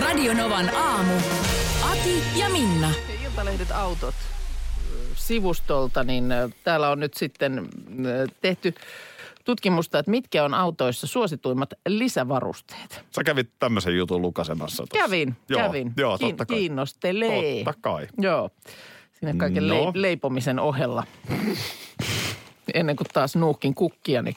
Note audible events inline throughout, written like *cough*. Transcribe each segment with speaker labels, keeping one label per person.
Speaker 1: Radionovan aamu. Ati ja Minna.
Speaker 2: Iltalehdet autot ö, sivustolta, niin ö, täällä on nyt sitten ö, tehty tutkimusta, että mitkä on autoissa suosituimmat lisävarusteet.
Speaker 3: Sä kävit tämmöisen jutun lukasemassa. Tossa.
Speaker 2: Kävin,
Speaker 3: joo,
Speaker 2: kävin.
Speaker 3: Joo,
Speaker 2: Kiin-
Speaker 3: totta kai.
Speaker 2: Kiinnostelee.
Speaker 3: Totta kai.
Speaker 2: Joo, sinne kaiken
Speaker 3: No.
Speaker 2: no. leipomisen ohella. Ennen kuin taas nuukin kukkia,
Speaker 3: *laughs*
Speaker 2: niin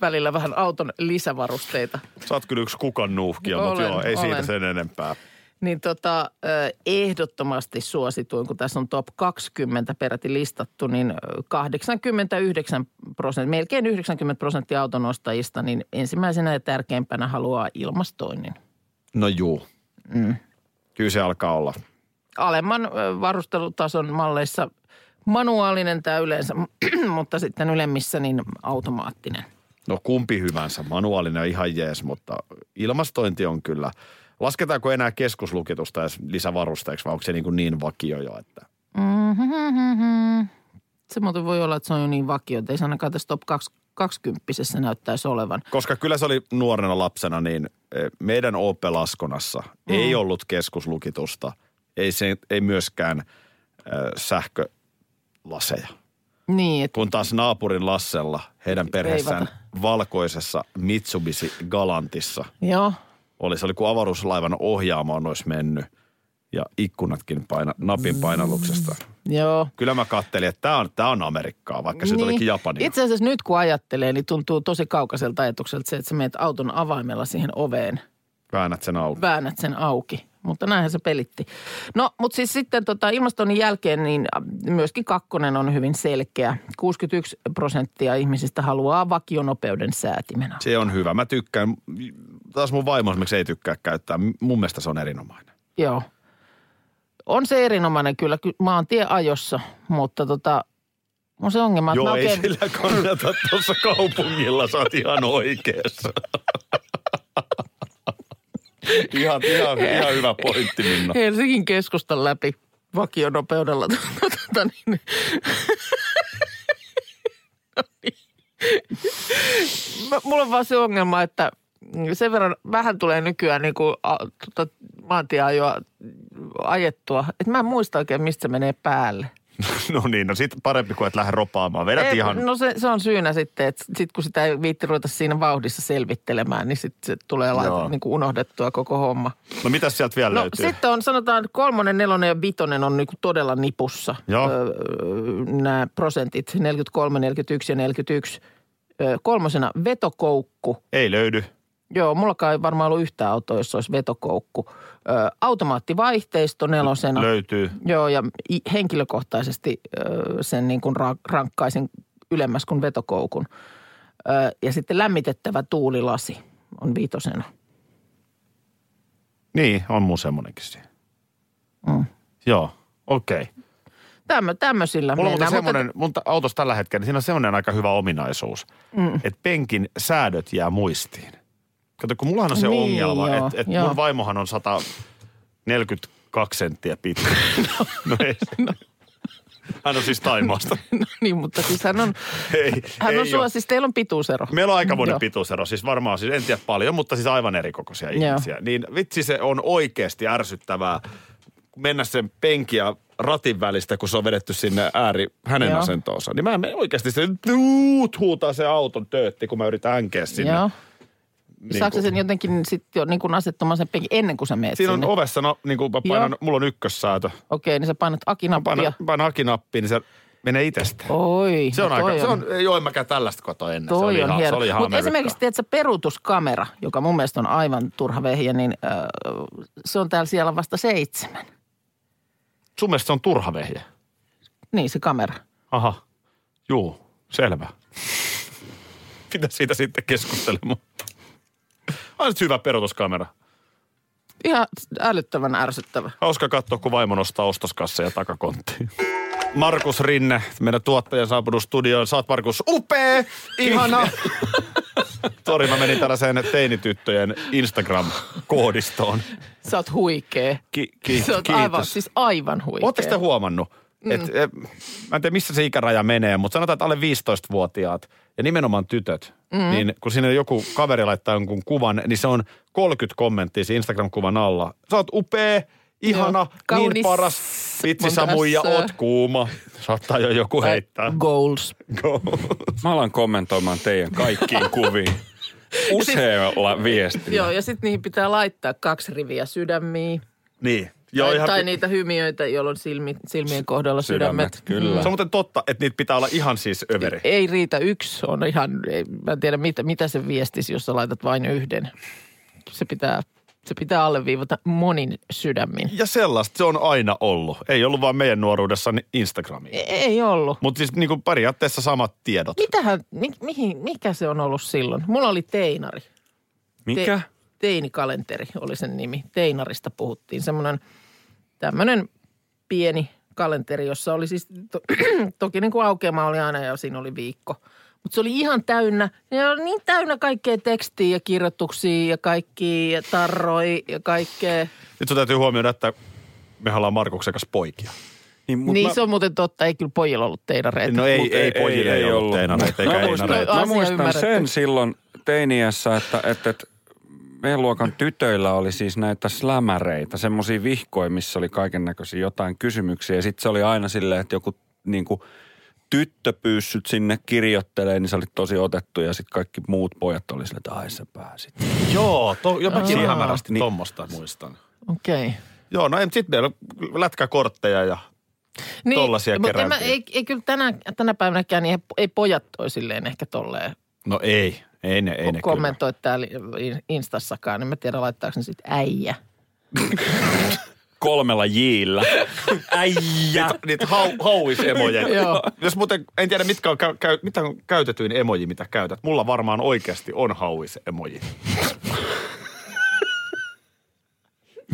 Speaker 2: välillä vähän auton lisävarusteita.
Speaker 3: Sä oot kyllä yksi kukan nuuhkia, mutta
Speaker 2: Olen,
Speaker 3: joo, ei siitä
Speaker 2: olen.
Speaker 3: sen enempää.
Speaker 2: Niin tota, ö, ehdottomasti suosituin, kun tässä on top 20 peräti listattu, niin ö, 89 prosenttia, melkein 90 prosenttia autonostajista, niin ensimmäisenä ja tärkeimpänä haluaa ilmastoinnin.
Speaker 3: No juu. Mm. Kyllä se alkaa olla.
Speaker 2: Alemman ö, varustelutason malleissa manuaalinen tämä yleensä, *clears throat* mutta sitten ylemmissä niin automaattinen.
Speaker 3: No kumpi hyvänsä, manuaalinen on ihan jees, mutta ilmastointi on kyllä. Lasketaanko enää keskuslukitusta edes lisävarusteeksi vai onko se niin, kuin niin vakio jo, että
Speaker 2: Mhm. Se muuten voi olla, että se on jo niin vakio, että ei se ainakaan tässä top 20 näyttäisi olevan.
Speaker 3: Koska kyllä se oli nuorena lapsena, niin eh, meidän OP-laskonassa mm. ei ollut keskuslukitusta, ei, se, ei myöskään äh, sähkölaseja.
Speaker 2: Niin, että
Speaker 3: Kun taas naapurin Lassella, heidän perheessään
Speaker 2: Veivata.
Speaker 3: valkoisessa Mitsubishi Galantissa
Speaker 2: joo,
Speaker 3: oli, se oli kuin avaruuslaivan ohjaamoon olisi mennyt ja ikkunatkin paina, napin painalluksesta.
Speaker 2: Mm. joo.
Speaker 3: Kyllä mä kattelin, että tämä on, tää on Amerikkaa, vaikka se
Speaker 2: Niin.
Speaker 3: olikin Japania.
Speaker 2: Itse asiassa nyt kun ajattelee, niin tuntuu tosi kaukaiselta ajatukselta se, että sä menet auton avaimella siihen oveen,
Speaker 3: Väännät sen auki.
Speaker 2: väännät sen auki. Mutta näinhän se pelitti. No, mutta siis sitten tota, ilmastoinnin jälkeen niin äh, myöskin kakkonen on hyvin selkeä. 61 prosenttia ihmisistä haluaa vakionopeuden säätimenä.
Speaker 3: Se on hyvä. Mä tykkään. Taas mun vaimo esimerkiksi ei tykkää käyttää. Mun mielestä se on erinomainen.
Speaker 2: Joo. On se erinomainen kyllä. Ky- Mä oon tieajossa, mutta tota, on se ongelma, että mä
Speaker 3: Joo, ei
Speaker 2: oikein...
Speaker 3: sillä kannata *laughs* tuossa kaupungilla. Sä oot ihan oikeassa. *laughs* ihan, ihan, ihan hyvä pointti, Minna.
Speaker 2: Helsingin keskustan läpi vakionopeudella. *laughs* Tota, niin. No niin. Mä- Mulla on vaan se ongelma, että sen verran vähän tulee nykyään niin kuin, a, tota, maantieajoa ajettua. Että mä en muista oikein, mistä se menee päälle.
Speaker 3: *laughs* No niin, no sit parempi kuin et lähde ropaamaan. Vedät
Speaker 2: Ei,
Speaker 3: ihan...
Speaker 2: No se, se on syynä sitten, että sit kun sitä ei viitti ruveta siinä vauhdissa selvittelemään, niin sitten se tulee laita,
Speaker 3: Joo.
Speaker 2: niin kuin unohdettua koko homma.
Speaker 3: No mitäs sieltä vielä
Speaker 2: No
Speaker 3: löytyy?
Speaker 2: sitten on, sanotaan kolmonen, nelonen ja vitonen on niinku todella nipussa
Speaker 3: Joo.
Speaker 2: nämä prosentit, 43, 41 ja 41. Ö, kolmosena vetokoukku.
Speaker 3: Ei löydy.
Speaker 2: Joo, mullakaan ei varmaan ollut yhtä autoa, jos olisi vetokoukku. Ö, automaattivaihteisto nelosena.
Speaker 3: Löytyy.
Speaker 2: Joo, ja i- henkilökohtaisesti ö, sen niin kuin ra- rankkaisin ylemmäs kuin vetokoukun. Ö, ja sitten lämmitettävä tuulilasi on viitosena.
Speaker 3: Niin, on mun semmonenkin siinä.
Speaker 2: Mm.
Speaker 3: Joo, okei. Okay.
Speaker 2: Tämmö, tämmöisillä
Speaker 3: Mulla on muuten
Speaker 2: mennään, mutta- *laughs*
Speaker 3: semmoinen, mun ta- autossa tällä hetkellä, niin siinä on semmoinen aika hyvä ominaisuus, mm. että penkin säädöt jää muistiin. Kato, kun mullahan on se
Speaker 2: Niin,
Speaker 3: niin, ongelma,
Speaker 2: joo,
Speaker 3: että et
Speaker 2: joo.
Speaker 3: mun vaimohan on 142 senttiä pitkä. no, no ei. Hän on siis Taimaasta.
Speaker 2: niin, mutta siis hän on,
Speaker 3: ei,
Speaker 2: hän
Speaker 3: ei
Speaker 2: on sua,
Speaker 3: oo.
Speaker 2: siis teillä on pituusero.
Speaker 3: Meillä on aikamoinen
Speaker 2: Joo.
Speaker 3: pituusero, siis varmaan, siis en tiedä paljon, mutta siis aivan erikokoisia ihmisiä. Niin vitsi se on oikeasti ärsyttävää mennä sen penkiä ratin välistä, kun se on vedetty sinne ääri hänen
Speaker 2: Joo.
Speaker 3: Joo. asentoonsa. Niin mä menen oikeasti se tuut huutaa se auton töötti, kun mä yritän hänkeä sinne.
Speaker 2: Joo.
Speaker 3: Joo.
Speaker 2: Niin Saatko sä sen jotenkin sitten jo niin kuin asettumaan sen penkin ennen kuin sä meet
Speaker 3: Siinä on
Speaker 2: sinne?
Speaker 3: ovessa, no niin kuin mä painan,
Speaker 2: Joo.
Speaker 3: mulla on ykkössäätö.
Speaker 2: Okei, niin sä painat
Speaker 3: Painan,
Speaker 2: akinappia.
Speaker 3: painan akinappiin, niin se menee itsestä.
Speaker 2: Oi,
Speaker 3: Se on
Speaker 2: no
Speaker 3: aika,
Speaker 2: toi
Speaker 3: se on, ei ole mäkään tällaista kotoa ennen. se
Speaker 2: Toi
Speaker 3: oli
Speaker 2: on
Speaker 3: ihan, se
Speaker 2: hieno.
Speaker 3: oli ihan
Speaker 2: Mutta
Speaker 3: amerikkaa.
Speaker 2: esimerkiksi tiedätkö, peruutuskamera, joka mun mielestä on aivan turha vehje, niin äh, se on täällä siellä vasta seitsemän.
Speaker 3: Sun mielestä se on turha vehje.
Speaker 2: Niin se kamera.
Speaker 3: Aha, juu, *laughs* selvä. Mitä siitä sitten keskustelemaan? On nyt hyvä perutuskamera.
Speaker 2: ihan älyttömän ärsyttävä.
Speaker 3: Hauska katsoa, kun vaimo nostaa ostoskasseja takakonttiin. Markus Rinne, meidän tuottaja saapunut studioon. Saat Markus upea, ihana. *laughs* Sori, mä menin tällaiseen teinityttöjen Instagram-koodistoon.
Speaker 2: Sä oot huikee.
Speaker 3: Ki- ki-
Speaker 2: Sä oot
Speaker 3: kiitos.
Speaker 2: aivan, siis aivan huikee.
Speaker 3: Oletteko te huomannut?
Speaker 2: Mm.
Speaker 3: Et, et, mä en tiedä, missä se ikäraja menee, mutta sanotaan, että alle 15-vuotiaat ja nimenomaan tytöt,
Speaker 2: Mm-hmm.
Speaker 3: mm. niin kun sinne joku kaveri laittaa jonkun kuvan, niin se on 30 kommenttia siinä Instagram-kuvan alla. Sä oot upea,
Speaker 2: Joo,
Speaker 3: ihana, Joo, niin
Speaker 2: kaunis
Speaker 3: paras, vitsi
Speaker 2: mun
Speaker 3: Samuja,
Speaker 2: kanssa.
Speaker 3: oot kuuma. Saattaa jo joku heittää.
Speaker 2: Goals.
Speaker 4: Mä alan kommentoimaan teidän
Speaker 3: *laughs*
Speaker 4: kaikkiin kuviin. Usealla viestillä.
Speaker 2: Joo, ja sitten niihin pitää laittaa kaksi riviä sydämiä.
Speaker 3: Niin.
Speaker 2: Joo,
Speaker 3: Joo,
Speaker 2: tai,
Speaker 3: ihan,
Speaker 2: tai niitä hymiöitä, jolloin silmi, silmien kohdalla sydämet. Mm.
Speaker 4: Sydämet, kyllä.
Speaker 3: Se on muuten totta, että niitä pitää olla ihan siis överi.
Speaker 2: Ei riitä yksi, on ihan, ei, mä en tiedä mitä, mitä se viestisi, jos sä laitat vain yhden. Se pitää, se pitää alleviivata monin sydämin.
Speaker 3: Ja sellaista se on aina ollut. Ei ollut vaan meidän nuoruudessa niin Instagramia.
Speaker 2: Ei, E- ei ollut.
Speaker 3: Mutta siis niin kuin periaatteessa samat tiedot.
Speaker 2: Mitähän, mi, mihin, mikä se on ollut silloin? Mulla oli teinari.
Speaker 4: Mikä?
Speaker 2: Te, teinikalenteri oli sen nimi. Teinarista puhuttiin. Semmoinen tämmöinen pieni kalenteri, jossa oli siis, to, *clears throat* toki niin kuin aukeama oli aina ja siinä oli viikko. Mutta se oli ihan täynnä, ne oli niin täynnä kaikkea tekstiä ja kirjoituksia ja kaikki tarroi ja kaikkea.
Speaker 3: Nyt sun täytyy huomioida, että me ollaan Markuksen kanssa poikia.
Speaker 4: Niin,
Speaker 2: Mut
Speaker 4: mut
Speaker 2: niin
Speaker 4: mä-
Speaker 2: se on muuten totta, ei kyllä pojilla ollut teinareita.
Speaker 3: No ei,
Speaker 4: Mut
Speaker 3: ei, ei pojille ei, ei ollut teinareita eikä
Speaker 4: mä muistan,
Speaker 3: einareita.
Speaker 2: No,
Speaker 4: mä
Speaker 2: asia
Speaker 4: muistan
Speaker 2: ymmärretty.
Speaker 4: sen silloin teiniässä, että, että, että meidän luokan tytöillä oli siis näitä slämäreitä, semmoisia vihkoja, missä oli kaiken näköisiä jotain kysymyksiä. Ja sitten se oli aina silleen, että joku niin kuin, tyttöpyyssyt sinne kirjoittelee, niin se oli tosi otettu. Ja sitten kaikki muut pojat oli silleen, että ai sä pääsit.
Speaker 3: Joo, to, jo mäkin
Speaker 2: no. Joo.
Speaker 3: hämärästi niin. tommosta muistan.
Speaker 2: Okei. Okay.
Speaker 3: Joo, no sitten meillä on lätkäkortteja ja Tollasia
Speaker 2: mutta Niin, en mä,
Speaker 3: keräiltiin.
Speaker 2: ei, ei, kyllä tänä, tänä päivänäkään, niin ei- ei pojat toi silleen ehkä tolleen
Speaker 3: no ei, ei ne, ei ne kyllä.
Speaker 2: kommentoi täällä Instassakaan, niin mä tiedän laittaako ne sitten äijä.
Speaker 4: Kolmella jillä. Äijä.
Speaker 3: Niitä, niitä hau, hauisemoja.
Speaker 2: *laughs* Joo.
Speaker 3: Jos muuten, en tiedä mitkä on, käy, käy- mitä on käytetyin emoji, mitä käytät. Mulla varmaan oikeasti on hauisemoji.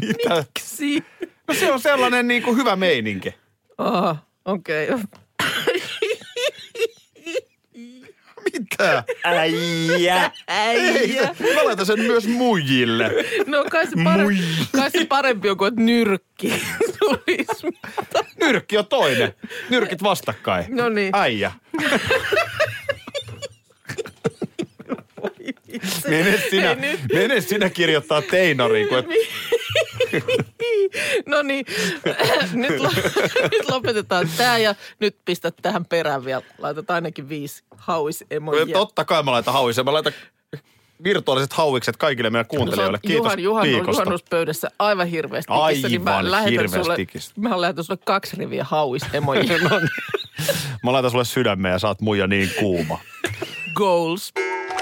Speaker 3: mitä?
Speaker 2: Si-
Speaker 3: No se on sellainen niin kuin hyvä meininki.
Speaker 2: Oho, okei. Okay.
Speaker 3: Mitä?
Speaker 4: Äijä.
Speaker 2: Äijä.
Speaker 3: Mä laitan sen myös muijille.
Speaker 2: No kai se,
Speaker 3: Mui.
Speaker 2: parempi, kai se parempi on kuin, että nyrkki tulisi.
Speaker 3: Nyrkki on toinen. Nyrkit vastakkain.
Speaker 2: No niin.
Speaker 3: Äijä.
Speaker 2: *laughs*
Speaker 3: Mene sinä, mene sinä kirjoittaa teinariin, kun et,
Speaker 2: No niin, *laughs* nyt, lo- nyt lopetetaan tämä ja nyt pistät tähän perään vielä. Laitat ainakin viisi hauisemojia.
Speaker 3: totta kai mä laitan hauisen. Mä laitan virtuaaliset hauikset kaikille meidän
Speaker 2: No
Speaker 3: kuuntelijoille.
Speaker 2: se on
Speaker 3: Kiitos
Speaker 2: Juhan, Juhan,
Speaker 3: viikosta.
Speaker 2: juhannuspöydässä aivan hirveästi. niin
Speaker 3: Aivan
Speaker 2: mä lähetän
Speaker 3: hirveästi
Speaker 2: sulle,
Speaker 3: tikistä.
Speaker 2: Mä lähetän sulle kaksi riviä hauistemoja.
Speaker 3: *laughs* Mä laitan sulle sydämeen ja saat muija niin kuuma.
Speaker 2: Goals.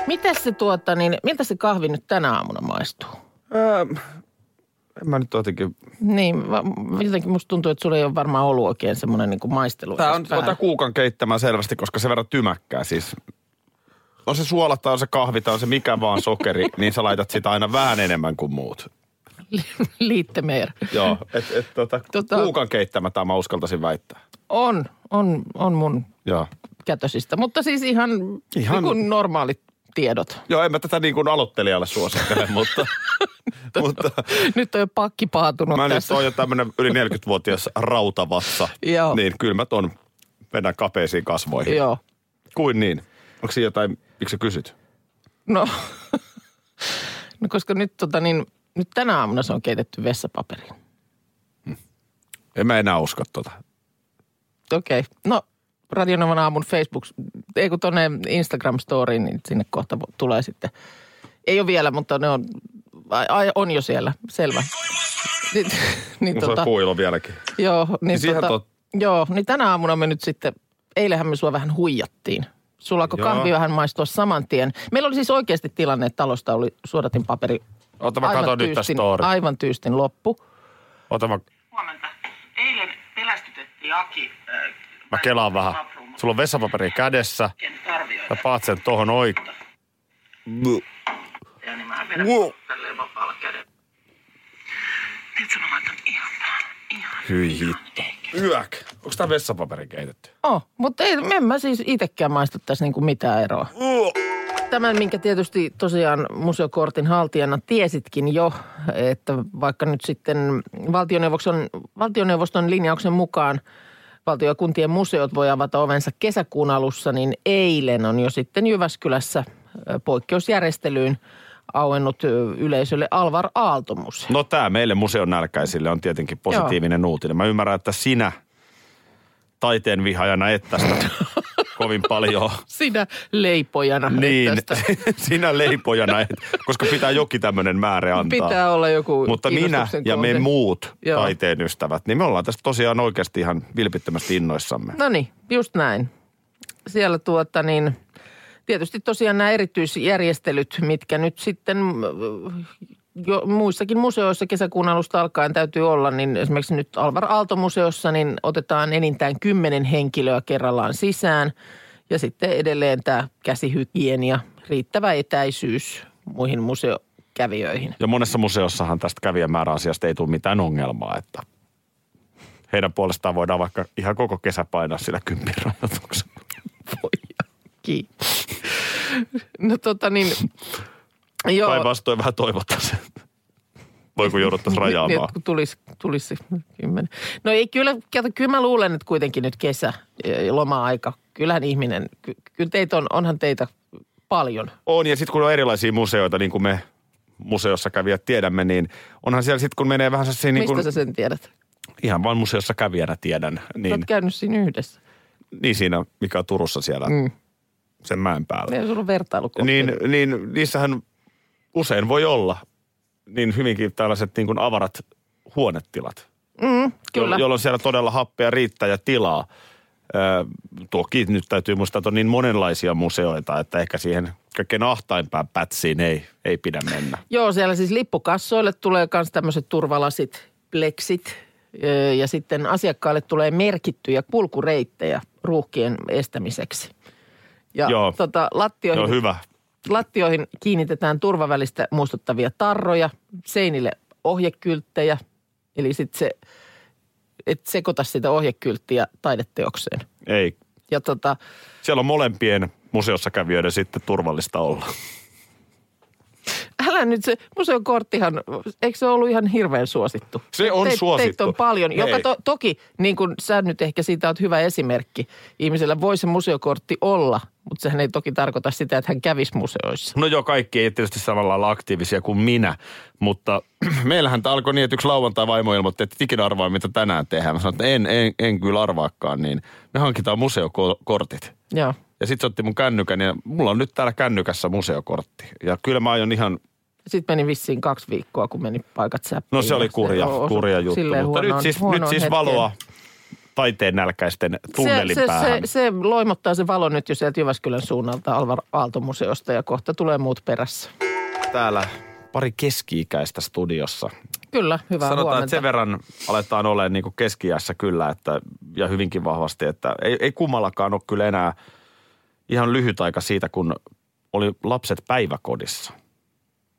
Speaker 2: Mitäs se tuota, niin, miltä se kahvi nyt tänä aamuna maistuu?
Speaker 3: En mä nyt jotenkin...
Speaker 2: Niin, va- jotenkin musta tuntuu, että sulla ei ole varmaan ollut oikein semmoinen niin maistelu.
Speaker 3: Tää
Speaker 2: edes
Speaker 3: on,
Speaker 2: päällä.
Speaker 3: ota kuukan keittämään selvästi, koska se verran tymäkkää siis. On se suola tai on se kahvi tai on se mikä vaan sokeri, *laughs* niin sä laitat sitä aina vähän enemmän kuin muut.
Speaker 2: *laughs* Liittemeer.
Speaker 3: Joo, että et, tota,
Speaker 2: Tota-
Speaker 3: tota... kuukan keittämättä mä uskaltaisin väittää.
Speaker 2: On, on, on mun
Speaker 3: Joo.
Speaker 2: kätösistä, mutta siis ihan, ihan...
Speaker 3: Ihan-
Speaker 2: Niin kuin normaalit tiedot.
Speaker 3: Joo, en mä tätä niin kuin aloittelijalle
Speaker 2: *laughs*
Speaker 3: suosittele, mutta, mutta
Speaker 2: Nyt on jo pakki paatunut
Speaker 3: mä nyt
Speaker 2: tässä.
Speaker 3: oon jo tämmönen yli 40-vuotias rautavassa.
Speaker 2: Joo.
Speaker 3: Niin, kyllä mä ton mennään kapeisiin kasvoihin.
Speaker 2: Joo.
Speaker 3: Kuin niin. Onko siinä jotain, miksi sä kysyt?
Speaker 2: No, *laughs* no koska nyt, tota, niin, nyt tänä aamuna se on keitetty vessapaperiin.
Speaker 3: En mä enää usko tota.
Speaker 2: Okei. Okay. No, Radionovan aamun Facebook, ei kun tuonne Instagram-storiin, niin sinne kohta vo- tulee sitten. Ei ole vielä, mutta ne on, ai, ai, on jo siellä, selvä. Niin, *laughs* niin
Speaker 3: Mun tota...
Speaker 2: tota,
Speaker 3: on kuulo vieläkin.
Speaker 2: joo, niin,
Speaker 3: siihen
Speaker 2: tota,
Speaker 3: tot-
Speaker 2: joo, niin tänä aamuna me nyt sitten, eilähän me sua vähän huijattiin. Sulla alkoi
Speaker 3: Joo.
Speaker 2: kahvi vähän maistua saman tien. Meillä oli siis oikeasti tilanne, että talosta oli suodatin paperi
Speaker 3: Ota mä katon nyt tää
Speaker 2: tyystin,
Speaker 3: story.
Speaker 2: aivan tyystin loppu.
Speaker 3: Ota mä,
Speaker 5: Huomenta. Eilen pelästytettiin Aki. Äh,
Speaker 3: mä kelaan vähän. Sulla on vessapaperi kädessä.
Speaker 5: En arvioida.
Speaker 3: Mä paat sen tohon oikein.
Speaker 5: Ja niin mä vedän tälleen vapaalla kädellä.
Speaker 3: Hyi hitto. Yök. Onko tämä vessapaperi keitetty?
Speaker 2: Oh, mutta ei, en mä siis itsekään maistu tässä niinku mitään eroa. Tämän, minkä tietysti tosiaan museokortin haltijana tiesitkin jo, että vaikka nyt sitten valtioneuvoston, valtioneuvoston linjauksen mukaan valtio- ja kuntien museot voi avata ovensa kesäkuun alussa, niin eilen on jo sitten Jyväskylässä ö, poikkeusjärjestelyyn auennut ö, yleisölle Alvar Aaltomus.
Speaker 3: No tämä meille museon nälkäisille on tietenkin positiivinen Joo. uutinen. Mä ymmärrän, että sinä taiteen vihajana et
Speaker 2: *laughs*
Speaker 3: tästä kovin paljon.
Speaker 2: Sinä leipojana.
Speaker 3: Niin,
Speaker 2: *laughs* tästä.
Speaker 3: *laughs* sinä leipojana, et, koska pitää jokin tämmöinen määrä antaa.
Speaker 2: Pitää olla joku
Speaker 3: Mutta minä
Speaker 2: kiinnostuksen
Speaker 3: ja me
Speaker 2: kohde.
Speaker 3: muut
Speaker 2: Joo.
Speaker 3: taiteen ystävät, niin me ollaan tästä tosiaan oikeasti ihan vilpittömästi innoissamme.
Speaker 2: No niin, just näin. Siellä tuota niin, tietysti tosiaan nämä erityisjärjestelyt, mitkä nyt sitten mm, jo muissakin museoissa kesäkuun alusta alkaen täytyy olla, niin esimerkiksi nyt Alvar Aalto-museossa niin otetaan enintään kymmenen henkilöä kerrallaan sisään. Ja sitten edelleen tämä käsihygienia, riittävä etäisyys muihin museokävijöihin.
Speaker 3: Ja monessa museossahan tästä kävijämääräasiasta ei tule mitään ongelmaa, että heidän puolestaan voidaan vaikka ihan koko kesä painaa sillä kympin rajoituksella.
Speaker 2: Kiitos. No tota niin, joo.
Speaker 3: Tai vastoin vähän toivottaa sen. Voi kun jouduttaisiin
Speaker 2: *laughs* Niin,
Speaker 3: rajaamaan.
Speaker 2: että kun tulisi, tulisi se kymmenen. No ei kyllä, kato, kyllä mä luulen, että kuitenkin nyt kesä ja ja loma-aika. Kyllähän ihminen, ky, kyllä teitä on, onhan teitä paljon.
Speaker 3: On, ja sitten kun on erilaisia museoita, niin kuin me museossa kävijät tiedämme, niin onhan siellä sitten, kun menee vähän se niin
Speaker 2: Niin Mistä
Speaker 3: kuin,
Speaker 2: sä sen tiedät?
Speaker 3: ihan vaan museossa kävijänä tiedän,
Speaker 2: Sä
Speaker 3: niin,
Speaker 2: oot käynyt siinä yhdessä.
Speaker 3: niin siinä, mikä on Turussa siellä mm. sen mäen päällä.
Speaker 2: Meillä on ollut vertailukohtia.
Speaker 3: niin, niin niissähän usein voi olla niin hyvinkin tällaiset niin kuin avarat huonetilat,
Speaker 2: kyllä.
Speaker 3: jo- jolloin siellä todella happea riittää ja tilaa. Ö, toki nyt täytyy muistaa, että on niin monenlaisia museoita, että ehkä siihen kaikkein ahtaimpään pätsiin ei, ei pidä mennä.
Speaker 2: Joo, siellä siis lippukassoille tulee myös tämmöiset turvalasit, pleksit öö, ja sitten asiakkaalle tulee merkittyjä kulkureittejä ruuhkien estämiseksi. Ja
Speaker 3: Joo.
Speaker 2: Tota,
Speaker 3: Se
Speaker 2: lattioihin
Speaker 3: on hyvä.
Speaker 2: Lattioihin kiinnitetään turvavälistä muistuttavia tarroja, seinille ohjekylttejä, eli sitten se, et sekoita sitä ohjekylttiä taideteokseen.
Speaker 3: Ei.
Speaker 2: Ja tota,
Speaker 3: Siellä on molempien museossa kävijöiden sitten turvallista olla.
Speaker 2: älä nyt se, museokorttihan, eikö se ollut ihan hirveän suosittu?
Speaker 3: Se on
Speaker 2: Teit-
Speaker 3: suosittu.
Speaker 2: Teitä on paljon, Hei. joka
Speaker 3: Hei.
Speaker 2: to, toki, niin kuin sä nyt ehkä siitä oot hyvä esimerkki, ihmisellä voi se museokortti olla, mutta sehän ei toki tarkoita sitä, että hän kävisi museoissa.
Speaker 3: No joo, kaikki ei tietysti samalla lailla aktiivisia kuin minä, mutta *clears throat* meillähän tämä alkoi niin, että yksi lauantai vaimo ilmoitti, että et ikinä arvaa, mitä tänään tehdään. Mä sanoin, että en, en, en kyllä arvaakaan, niin me hankitaan museokortit.
Speaker 2: Joo.
Speaker 3: Ja sitten se otti mun kännykän ja mulla on nyt täällä kännykässä museokortti. Ja kyllä mä aion ihan,
Speaker 2: Sitten meni vissiin kaksi viikkoa, kun meni paikat säppiin.
Speaker 3: no se oli
Speaker 2: Ja
Speaker 3: kurja,
Speaker 2: on osu-
Speaker 3: kurja juttu,
Speaker 2: silleen
Speaker 3: mutta nyt
Speaker 2: huonoon-
Speaker 3: siis, nyt
Speaker 2: huonoon
Speaker 3: siis
Speaker 2: hetkeen.
Speaker 3: valoa taiteen nälkäisten tunnelin
Speaker 2: se, se, se,
Speaker 3: päähän.
Speaker 2: se loimottaa se valo nyt jo sieltä Jyväskylän suunnalta Alvar Aaltomuseosta ja kohta tulee muut perässä.
Speaker 3: Täällä pari keski-ikäistä studiossa.
Speaker 2: Kyllä, hyvää
Speaker 3: Sanotaan,
Speaker 2: huomenta.
Speaker 3: että sen verran aletaan olemaan niin keskiässä kyllä, että, ja hyvinkin vahvasti, että ei, ei kummallakaan ole kyllä enää ihan lyhyt aika siitä, kun oli lapset päiväkodissa.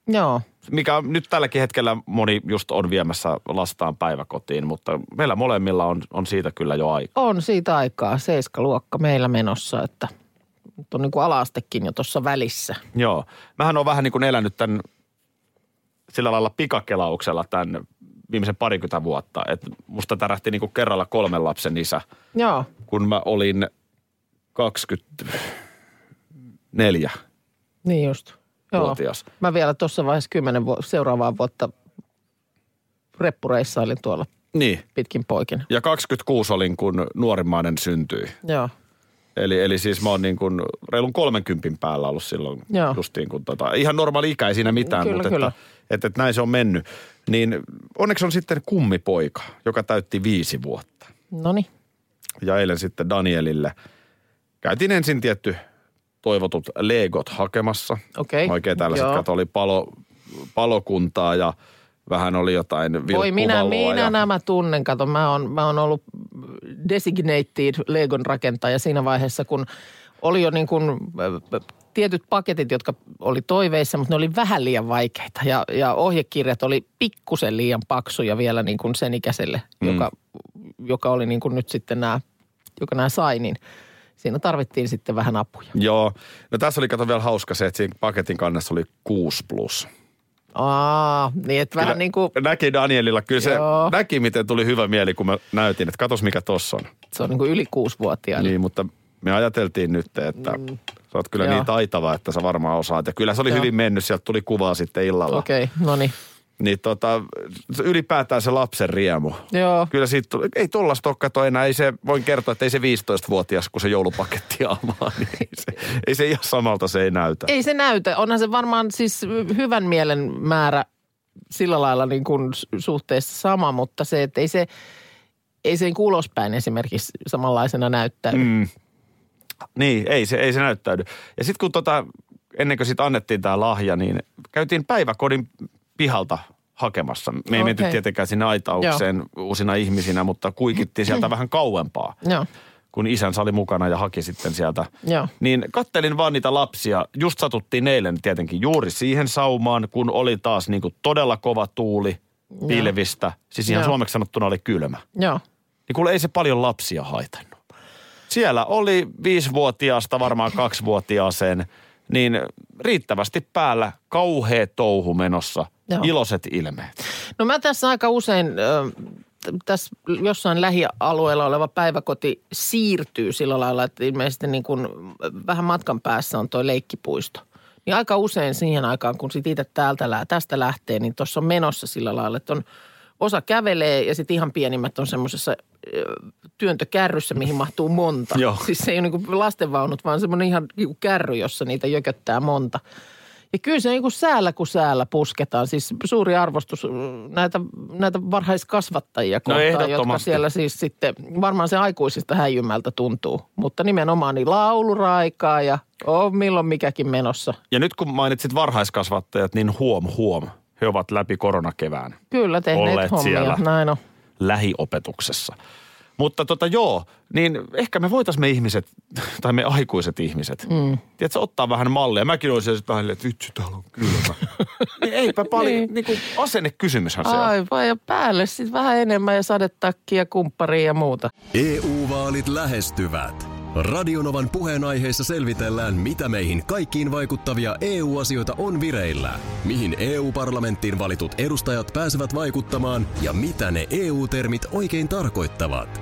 Speaker 2: Joo,
Speaker 3: Mikä on- nyt tälläkin hetkellä moni just on viemässä lastaan päiväkotiin, mutta meillä molemmilla on, on siitä kyllä jo aika.
Speaker 2: on siitä aikaa. Seiskaluokka meillä menossa, että nyt on niin kuin alaastekin jo tuossa välissä.
Speaker 3: Joo. Mähän on vähän niin kuin elänyt tämän sillä lailla pikakelauksella tämän viimeisen parikymmentä vuotta. Et musta tärähti niin kuin kerralla kolmen lapsen isä –
Speaker 2: Joo,
Speaker 3: kun mä olin 24.
Speaker 2: niin just. Joo.
Speaker 3: Vuotias.
Speaker 2: Mä vielä tuossa vaiheessa kymmenen vu- seuraavaa vuotta reppureissailin tuolla
Speaker 3: Niin.
Speaker 2: pitkin poikin.
Speaker 3: Ja 26 olin, kun nuorimmainen syntyi.
Speaker 2: Joo,
Speaker 3: Eli, eli siis mä oon niin kuin reilun 30 päällä ollut silloin
Speaker 2: Joo.
Speaker 3: justiin, kun tota, ihan normaali ikä ei siinä mitään,
Speaker 2: Kyllä,
Speaker 3: mutta
Speaker 2: kyllä.
Speaker 3: Että, että, että näin se on mennyt. Niin onneksi on sitten kummipoika, joka täytti viisi vuotta.
Speaker 2: no niin.
Speaker 3: ja eilen sitten Danielille. Käytiin ensin tietty toivotut legot hakemassa.
Speaker 2: Okei,
Speaker 3: Oikein tällaiset,
Speaker 2: joo.
Speaker 3: kato, oli palo, palokuntaa ja vähän oli jotain
Speaker 2: Voi minä,
Speaker 3: vilkkuvaloa
Speaker 2: minä
Speaker 3: ja...
Speaker 2: nämä tunnen. Kato, mä oon, mä oon ollut designated Legon rakentaja siinä vaiheessa, kun oli jo niin kuin äh, tietyt paketit, jotka oli toiveissa, mutta ne oli vähän liian vaikeita. Ja, ja ohjekirjat oli pikkusen liian paksuja vielä niin kuin sen ikäiselle, mm. joka joka oli niin kuin nyt sitten nämä, joka nämä sai, niin siinä tarvittiin sitten vähän apuja.
Speaker 3: Joo. No tässä oli kato vielä hauska se, että siinä paketin kannessa oli 6 plus.
Speaker 2: Aa, niin että vähän niin kuin,
Speaker 3: Näki Danielilla, kyllä se
Speaker 2: Joo.
Speaker 3: näki, miten tuli hyvä mieli, kun mä näytin, että katos mikä tossa on.
Speaker 2: se on niin kuin yli kuusivuotiaana.
Speaker 3: Niin, mutta me ajateltiin nyt, että mm. sä oot kyllä
Speaker 2: Joo.
Speaker 3: Joo. niin taitava, että sä varmaan osaat. Ja kyllä se oli
Speaker 2: Joo.
Speaker 3: Joo. hyvin mennyt, sieltä tuli kuvaa sitten illalla.
Speaker 2: Okei, okay, no niin.
Speaker 3: Niin tota, se ylipäätään se lapsen riemu.
Speaker 2: Joo.
Speaker 3: Kyllä siitä tuli, ei tollasta ole kato enää, ei se, voin kertoa, että ei se 15-vuotias, kun se joulupaketti *laughs* avaa, niin ei se, ei se ihan samalta se ei näytä.
Speaker 2: Ei se näytä. Onhan se varmaan siis hyvän mielen määrä sillä lailla niin kuin su- suhteessa sama, mutta se, että ei se, ei sen ulospäin esimerkiksi samanlaisena näyttäydy. Mm.
Speaker 3: Niin, ei se, ei se näyttäydy. Ja sitten kun tota, ennen kuin sitten annettiin tämä lahja, niin käytiin päiväkodin pihalta hakemassa. Me ei
Speaker 2: Okei.
Speaker 3: okay. menty tietenkään sinne aitaukseen Joo. uusina ihmisinä, mutta kuikittiin sieltä vähän kauempaa,
Speaker 2: Joo.
Speaker 3: kun isänsä oli mukana ja haki sitten sieltä.
Speaker 2: Joo.
Speaker 3: Niin kattelin vaan niitä lapsia. Just satuttiin eilen tietenkin juuri siihen saumaan, kun oli taas niin kuin todella kova tuuli pilvistä. Siis ihan
Speaker 2: Joo.
Speaker 3: suomeksi sanottuna oli kylmä
Speaker 2: Joo.
Speaker 3: niin kuule ei se paljon lapsia haitannut. Siellä oli viisivuotiaasta varmaan kaksivuotiaaseen, niin riittävästi päällä kauhea touhu menossa,
Speaker 2: Joo.
Speaker 3: Joo. iloiset ilmeet.
Speaker 2: No mä tässä aika usein, ö, t- tässä jossain lähialueella oleva päiväkoti siirtyy sillä lailla, että ilmeisesti niin kuin vähän matkan päässä on toi leikkipuisto. Niin aika usein siihen aikaan, kun sit itse täältä, lä- tästä lähtee, niin tuossa on menossa sillä lailla, että on osa kävelee ja sitten ihan pienimmät on semmoisessa työntökärryssä, mihin mahtuu monta.
Speaker 3: Joo.
Speaker 2: Siis se ei ole niin lastenvaunut, vaan semmoinen ihan niinku kärry, jossa niitä jököttää monta. Ja kyllä se niin kuin säällä kuin säällä pusketaan. Siis suuri arvostus mm, näitä, näitä varhaiskasvattajia kohtaan, jotka
Speaker 3: No ehdottomasti.
Speaker 2: siellä siis sitten, varmaan se aikuisista häijymältä tuntuu. Mutta nimenomaan niin lauluraikaa ja on milloin mikäkin menossa.
Speaker 3: Ja nyt kun mainitsit varhaiskasvattajat, niin huom huom, he ovat läpi koronakevään
Speaker 2: Kyllä tehneet
Speaker 3: Olleet
Speaker 2: hommia,
Speaker 3: siellä.
Speaker 2: näin on.
Speaker 3: lähiopetuksessa. Mutta tota joo, niin ehkä me voitaisiin me ihmiset, tai me aikuiset ihmiset, mm. tiedätkö, ottaa vähän mallia. Mäkin olisin sitten vähän, silleen, että vitsi, täällä on *laughs* kylmä. niin eipä paljon, niin. niin kuin asennekysymyshän se on.
Speaker 2: Aivan ja päälle sitten vähän enemmän ja sadetakkia, kumpparia ja muuta.
Speaker 6: EU-vaalit E lähestyvät. Radionovan puheenaiheessa selvitellään, mitä meihin kaikkiin vaikuttavia EU-asioita on vireillä, mihin EU-parlamenttiin valitut edustajat pääsevät vaikuttamaan ja mitä ne EU-termit oikein tarkoittavat.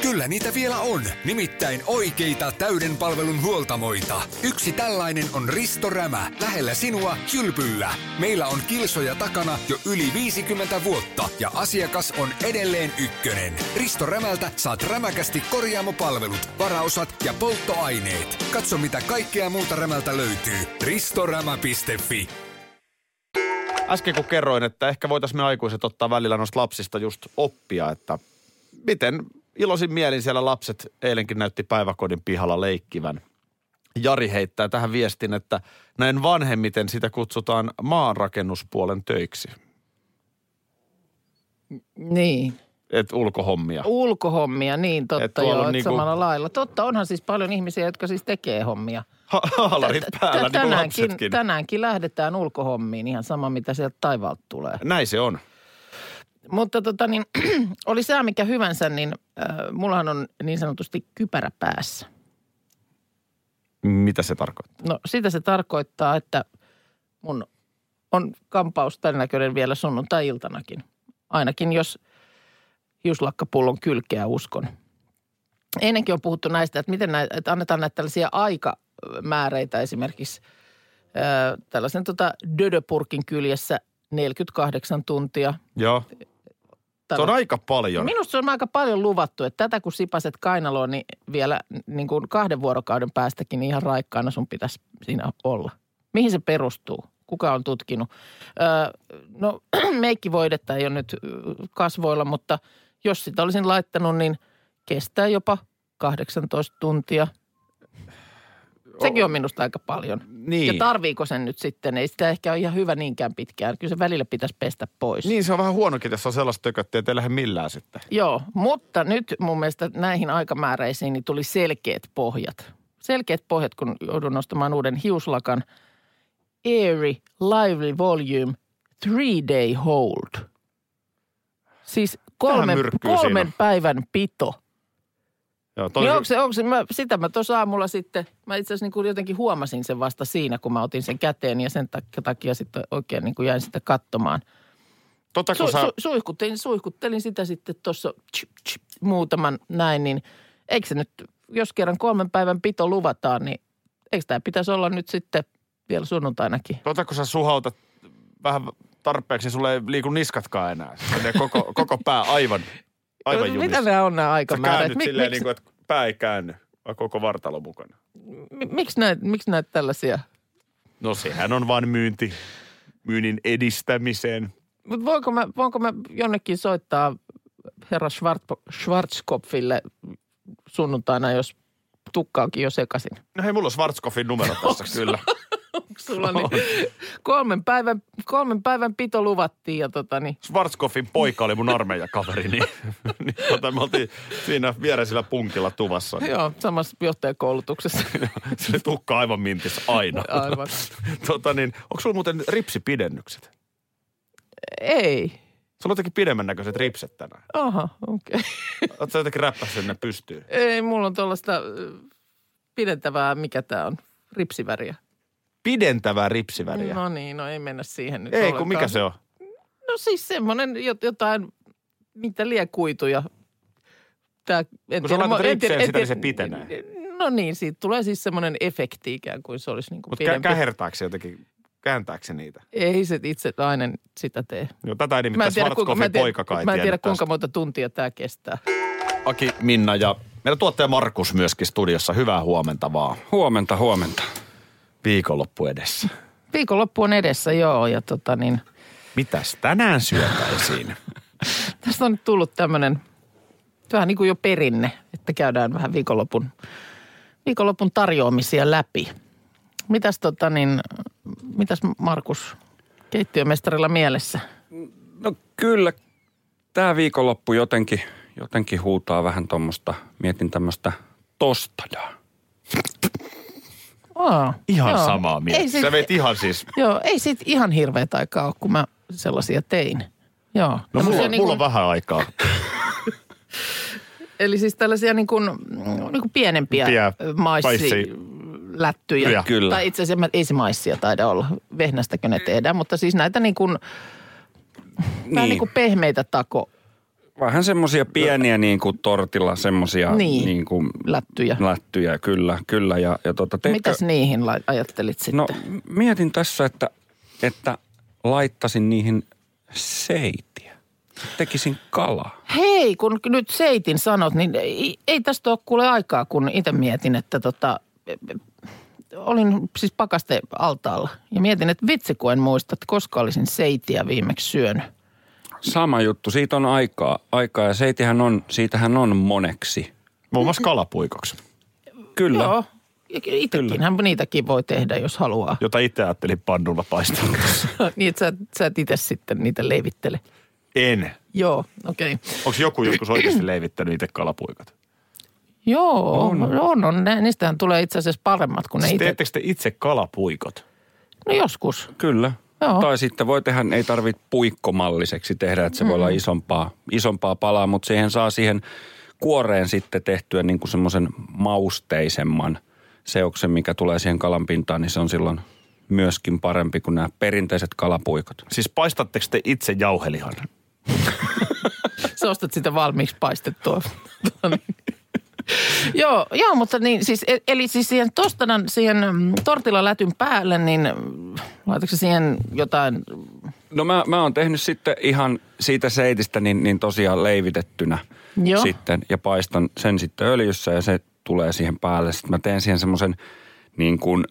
Speaker 7: Kyllä niitä vielä on, nimittäin oikeita täyden palvelun huoltamoita. Yksi tällainen on Risto Rämä, lähellä sinua, kylpyllä. Meillä on kilsoja takana jo yli 50 vuotta ja asiakas on edelleen ykkönen. Risto Rämältä saat rämäkästi korjaamopalvelut, varaosat ja polttoaineet. Katso mitä kaikkea muuta Rämältä löytyy. ristorämä.fi
Speaker 3: äsken kun kerroin, että ehkä voitaisiin me aikuiset ottaa välillä noista lapsista just oppia, että miten iloisin mielin siellä lapset eilenkin näytti päiväkodin pihalla leikkivän. Jari heittää tähän viestin, että näin vanhemmiten sitä kutsutaan maanrakennuspuolen töiksi.
Speaker 2: Niin.
Speaker 3: Et ulkohommia.
Speaker 2: Ulkohommia, niin
Speaker 3: Et
Speaker 2: totta
Speaker 3: tuolla
Speaker 2: joo,
Speaker 3: on
Speaker 2: niinku...
Speaker 3: niinku-
Speaker 2: samalla lailla. Totta, onhan siis paljon ihmisiä, jotka siis tekee hommia.
Speaker 3: Ha- Haalarit
Speaker 2: Tä- tä-
Speaker 3: päällä, niin kuin
Speaker 2: tänäänkin,
Speaker 3: lapsetkin.
Speaker 2: tänäänkin lähdetään ulkohommiin, ihan sama mitä sieltä taivaalta tulee.
Speaker 3: Näin se on.
Speaker 2: Mutta tota niin, *clears throat* oli sää mikä hyvänsä, niin äh, mullahan on niin sanotusti kypärä päässä.
Speaker 3: Mitä se tarkoittaa?
Speaker 2: No sitä se tarkoittaa, että mun on kampaus tämän näköinen vielä sunnuntai-iltanakin. Ainakin jos hiuslakkapullon kylkeä uskon. Ennenkin on puhuttu näistä, että miten näitä, että annetaan näitä tällaisia aikamääreitä esimerkiksi ö, tällaisen tota Dödöpurkin kyljessä 48 tuntia,
Speaker 3: Joo. Se on
Speaker 2: luovuttanut.
Speaker 3: aika paljon.
Speaker 2: No Minusta se on aika paljon luvattu, että tätä kun sipaset kainaloon, niin vielä niin kuin kahden vuorokauden päästäkin niin ihan raikkaana sun pitäisi siinä olla. Mihin se perustuu? Kuka on tutkinut? Öö, no *clears throat* meikkivoidetta ei ole nyt ö, kasvoilla, mutta jos sitä olisin laittanut, niin kestää jopa 18 tuntia. Sekin on minusta aika paljon. Ja
Speaker 3: Niin.
Speaker 2: tarviiko sen nyt sitten? Ei sitä ehkä ole ihan hyvä niinkään pitkään. Kyllä se välillä pitäisi pestä pois.
Speaker 3: Niin, se on vähän huonokin, jos on sellaista tököttiä, että ei lähde millään sitten.
Speaker 2: Joo, mutta nyt mun mielestä näihin aikamääräisiin niin tuli selkeät pohjat. Selkeät pohjat, kun joudun nostamaan uuden hiuslakan. Airy Lively Volume Three Day Hold. Siis
Speaker 3: Vähän
Speaker 2: kolmen,
Speaker 3: myrkkyä siinä
Speaker 2: kolmen
Speaker 3: on.
Speaker 2: päivän pito.
Speaker 3: Joo, toi-
Speaker 2: Niin onko se, onko se, mä, sitä mä tuossa aamulla sitten, mä itse asiassa niin kuin jotenkin huomasin sen vasta siinä, kun mä otin sen käteen ja sen takia, takia sitten oikein niin kuin jäin sitä katsomaan.
Speaker 3: tota, kun
Speaker 2: Su,
Speaker 3: sä,
Speaker 2: su, suihkuttelin, suihkuttelin sitä sitten tuossa tsk, tsk, muutaman näin, niin eikö se nyt, jos kerran kolmen päivän pito luvataan, niin eikö tämä pitäisi olla nyt sitten vielä sunnuntainakin?
Speaker 3: tota, kun sä suhautat vähän tarpeeksi, niin sulle ei liiku niskatkaan enää. Se menee koko, *laughs* koko pää aivan, aivan jumissa.
Speaker 2: Mitä nämä on nämä
Speaker 3: Sä
Speaker 2: aikamäärät?
Speaker 3: käännyt
Speaker 2: Mik,
Speaker 3: silleen,
Speaker 2: miksi,
Speaker 3: niin kuin, että pää ei käänny, vaan koko vartalo mukana.
Speaker 2: mi- miksi, näet, miksi näet tällaisia?
Speaker 3: No sehän on vain myynti, myynnin edistämiseen.
Speaker 2: Mutta voinko mä, voinko mä jonnekin soittaa herra Schwartpo- Schwarzkopfille sunnuntaina, jos tukkaakin jo sekaisin?
Speaker 3: No hei, mulla on Schwarzkopfin numero
Speaker 2: *laughs*
Speaker 3: tässä kyllä.
Speaker 2: Sulla niin kolmen päivän, kolmen päivän pito luvattiin ja tota niin,
Speaker 3: Schwarzkopfin poika oli mun armeijakaveri, *laughs* niin, niin tota, me oltiin siinä viereisellä punkilla tuvassa. Niin
Speaker 2: Joo, samassa johtajakoulutuksessa.
Speaker 3: se oli tukka aivan mintissä aina.
Speaker 2: Aivan.
Speaker 3: *laughs* tota niin, onko sulla muuten ripsipidennykset?
Speaker 2: Ei.
Speaker 3: Sulla on jotenkin pidemmän näköiset ripset tänään.
Speaker 2: Aha, okei. Okay.
Speaker 3: Oletko sä jotenkin räppässyt ne pystyyn?
Speaker 2: Ei, mulla on tuollaista ö, pidentävää, mikä tämä on, ripsiväriä.
Speaker 3: Pidentävää ripsiväriä.
Speaker 2: No niin, no ei mennä siihen nyt
Speaker 3: Ei, kun
Speaker 2: ollenkaan.
Speaker 3: mikä se on?
Speaker 2: No siis semmoinen jot- jotain, mitä lie kuituja. Tää, en
Speaker 3: Kun sä laitat
Speaker 2: mä- en
Speaker 3: ripseen
Speaker 2: tiedä- en
Speaker 3: sitä, niin se
Speaker 2: tiedä-
Speaker 3: pitenee.
Speaker 2: No niin, siitä tulee siis semmoinen efekti ikään kuin se olisi niin kuin
Speaker 3: Mutta kä-
Speaker 2: pidempi.
Speaker 3: kähertääkö se jotenkin, kääntääkö se niitä?
Speaker 2: Ei se itse aina sitä tee.
Speaker 3: Joo, tätä ei
Speaker 2: Mä
Speaker 3: nimittäin
Speaker 2: en tiedä, kuinka, mä en
Speaker 3: Schwarzkopfin
Speaker 2: tiedä,
Speaker 3: poika kai
Speaker 2: mä en tiedä
Speaker 3: tiennyt
Speaker 2: kuinka monta tuntia tämä kestää.
Speaker 3: tästä. Aki, Minna ja meidän tuottaja Markus myöskin studiossa. Hyvää huomenta vaan.
Speaker 4: Huomenta, huomenta.
Speaker 3: Viikonloppu edessä.
Speaker 2: Viikonloppu on edessä, joo, ja tota niin,
Speaker 3: Mitäs tänään syötäisiin?
Speaker 2: tästä on nyt tullut tämmöinen vähän niin kuin jo perinne, että käydään vähän viikonlopun, viikonlopun tarjoamisia läpi. Mitäs tota niin, mitäs Markus keittiömestarilla mielessä?
Speaker 4: No kyllä, tämä viikonloppu jotenkin, jotenkin huutaa vähän tuommoista, mietin tämmöistä tostajaa.
Speaker 2: Aa,
Speaker 3: Ihan
Speaker 2: joo.
Speaker 3: samaa mieltä.
Speaker 2: Ei sit,
Speaker 3: Sä veit ihan siis...
Speaker 2: joo, ei sit ihan hirveät aikaa ole, kun mä sellaisia tein. Joo.
Speaker 3: No
Speaker 2: Tämmöisiä
Speaker 3: mulla,
Speaker 2: niin
Speaker 3: mulla
Speaker 2: kuin-
Speaker 3: on vähän aikaa.
Speaker 2: Eli siis tällaisia niin kuin, niin kuin pienempiä
Speaker 3: Pieniä maissi-
Speaker 2: maissilättyjä.
Speaker 4: Kyllä.
Speaker 2: Tai itse asiassa mä- ei se maissia taida olla, vehnästäkö ne tehdään, mutta siis näitä niin kuin, niin. vähän niin kuin pehmeitä takolättyjä.
Speaker 4: Vähän semmoisia pieniä niin kuin tortilla, semmoisia
Speaker 2: Niin.
Speaker 4: niin. niin kuin lättyjä, kyllä, kyllä. Ja, ja tota, teitkö-
Speaker 2: Mitäs niihin lai- ajattelit sitten?
Speaker 4: No mietin tässä, että, että laittasin niihin seitiä. Tekisin kalaa.
Speaker 2: Hei, kun nyt seitin sanot, niin ei, ei tästä ole kuule aikaa, kun itse mietin, että tota, olin siis pakaste altaalla ja mietin, että vitsi kun en muista, että koska olisin seitiä viimeksi syönyt.
Speaker 4: Sama juttu, siitä on aikaa, aikaa ja seitihän on, siitähän on moneksi.
Speaker 3: Muun muassa kalapuikoksi,
Speaker 4: Kyllä.
Speaker 2: Joo. Itsekinhän niitäkin voi tehdä, jos haluaa.
Speaker 3: jota itse ajattelin pannulla paistaa.
Speaker 2: *laughs* niin, että sä, sä et itse sitten niitä leivittele.
Speaker 3: en.
Speaker 2: Joo, okei. Okay.
Speaker 3: Onko joku joskus oikeasti leivittänyt itse kalapuikat?
Speaker 2: Joo, on, on. on. Nä- Niistähän tulee itse asiassa paremmat kuin ne
Speaker 3: Siis
Speaker 2: No itse.
Speaker 3: teettekö te itse kalapuikot?
Speaker 2: No joskus.
Speaker 4: Kyllä.
Speaker 2: Joo.
Speaker 4: Tai sitten voi tehdä, ei tarvitse puikkomalliseksi tehdä, että se mm. voi olla isompaa, isompaa palaa, mutta siihen saa siihen kuoreen sitten tehtyä niin kuin semmoisen mausteisemman seoksen, mikä tulee siihen kalan pintaan, niin se on silloin myöskin parempi kuin nämä perinteiset kalapuikot.
Speaker 3: Siis paistatteko te itse jauhelihan?
Speaker 2: Sä ostat sitä valmiiksi paistettua. Tota niin. joo, joo, mutta niin siis, e- eli siis siihen tostanan, siihen mm, tortilalätyn päälle, niin mm, laitatko sä siihen jotain,
Speaker 4: No mä, mä oon tehnyt sitten ihan siitä seitistä niin, niin tosiaan leivitettynä
Speaker 2: Joo.
Speaker 4: sitten ja paistan sen sitten öljyssä ja se tulee siihen päälle. Sitten mä teen siihen semmoisen niin kuin